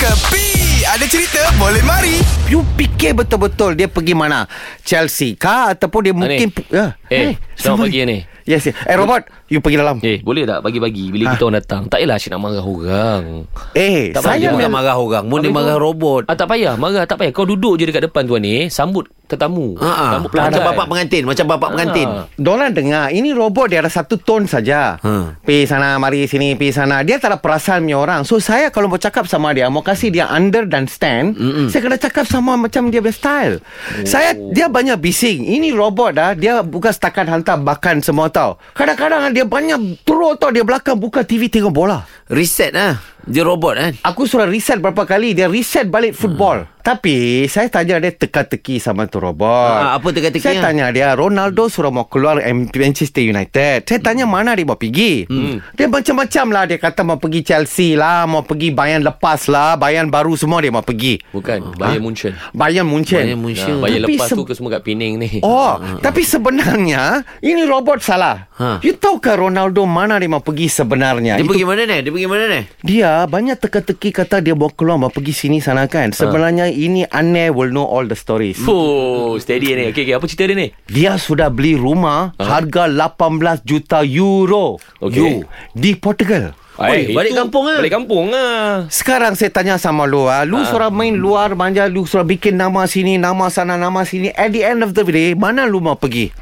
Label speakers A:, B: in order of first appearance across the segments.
A: Kepi Ada cerita boleh mari
B: You fikir betul-betul Dia pergi mana Chelsea kah Ataupun dia mungkin
C: Ah,
B: Ya.
C: ni. Eh, selamat
B: sorry.
C: pagi ni.
B: Yes, yes Eh robot You pergi dalam
C: Eh, boleh tak pagi-pagi
D: Ah.
C: bila kita orang datang? Tak yalah asyik nak marah orang.
B: Eh
C: Tak
B: saya
C: payah.
D: Dia bukan
B: memang
D: marah orang Mun dia
C: Habis
D: marah
C: tu-
D: robot
C: Ah, tak payah, marah tak payah. Kau duduk je dekat depan tuan ni, sambut tetamu.
D: Ha
C: Sambut
D: Macam
C: pelanggan.
D: bapak pengantin Macam bapak pengantin
C: Ah.
B: Diorang dengar Ini robot dia ada satu tone saja
D: Ha.
B: Pergi sana mari sini Pergi sana Dia tak ada perasaan punya orang So saya kalau mau cakap sama dia Mau kasih dia under dan stand Mm-mm. Saya kena cakap sama macam dia punya style Saya
C: Oh.
B: Dia banyak bising Ini robot dah Dia bukan setakat hantar Bahkan semua tau Kadang-kadang ah, dia banyak Teruk tau Dia belakang buka TV tengok bola
D: Reset lah Dia robot kan
B: Aku suruh reset berapa kali Dia reset balik football hmm. Tapi Saya tanya dia teka-teki sama tu robot
D: Ah, apa teka-teki
B: Saya
D: dia?
B: tanya dia Ronaldo suruh mau keluar M- Manchester United Saya tanya mana dia mau pergi hmm. Dia macam-macam lah Dia kata mau pergi Chelsea lah Mau pergi Bayan lepas lah Bayan baru semua dia mau pergi
C: Bukan,
D: Ah.
C: Bayern Munchen.
B: Bayan Munchen
D: Bayern Munchen. Ah,
C: Nah, Bayern
B: Tapi
C: lepas
B: se-
C: tu ke semua kat Penang ni.
B: Oh, tapi sebenarnya ini robot salah.
D: Ha.
B: You tahu ke Ronaldo mana dia mau pergi sebenarnya?
D: Dia
B: Itu
D: pergi mana ni Dia pergi mana ni
B: Dia banyak teka-teki kata dia mau keluar mau pergi sini sana kan. Sebenarnya ini Anne will know all the stories.
C: Fuh, steady ni. Okey, okey, apa cerita dia ni?
B: Dia sudah beli rumah harga 18 juta euro. Eu-
C: Okey.
B: Di Portugal.
C: Eh,
D: Oi, balik
C: itu-
D: kampung ah.
C: Balik kampung ah.
B: Sekarang saya tanya sama lu ah, lu suruh main luar manja, lu suruh bikin nama sini, nama sana, nama sini. At the end of the day, mana lu mau pergi?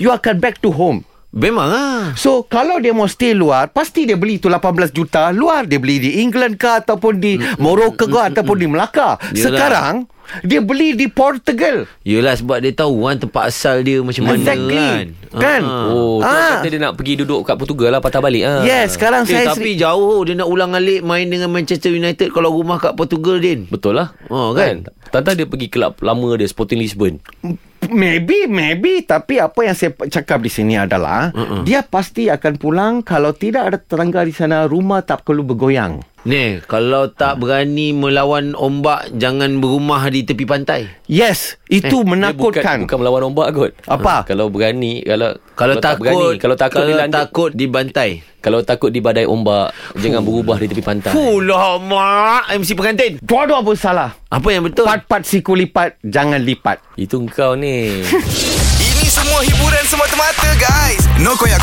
B: You akan back to home.
D: Memang lah
B: So kalau dia mau stay luar Pasti dia beli tu 18 juta Luar dia beli di England ke Ataupun di Morocco ke Ataupun di Melaka
D: Yelah.
B: Sekarang Dia beli di Portugal
D: Yelah sebab dia tahu kan Tempat asal dia macam mana
B: Exactly.
D: kan
B: Kan?
D: Ah.
C: Oh,
B: Ah.
C: ah. kata dia nak pergi duduk kat Portugal lah patah balik ah.
B: Yes sekarang
D: Eh,
B: saya
D: tapi jauh Dia nak ulang alik Main dengan Manchester United Kalau rumah kat Portugal Din
C: Betul lah.
D: Oh, kan?
C: Tata dia pergi kelab lama dia Sporting Lisbon.
B: Maybe Maybe Tapi apa yang saya cakap di sini adalah Dia pasti akan pulang Kalau tidak ada tetangga di sana Rumah tak perlu bergoyang
D: Ni Kalau tak berani Melawan ombak Jangan berumah Di tepi pantai
B: Yes Itu menakutkan
C: Dia Eh, bukan, bukan melawan ombak kot.
B: Apa?
C: Ha, kalau berani, kalau
D: Kalau, takut
C: berani, kalau takut
D: kalau
C: dilanjut,
D: takut dibantai.
C: kalau takut di badai ombak, jangan berubah di tepi pantai.
D: Pulah mak MC pengantin.
B: Dua-dua pun salah
D: Apa yang betul?
B: Pat-pat siku lipat Jangan lipat
C: Itu kau ni.
A: Ini semua hiburan semata-mata guys No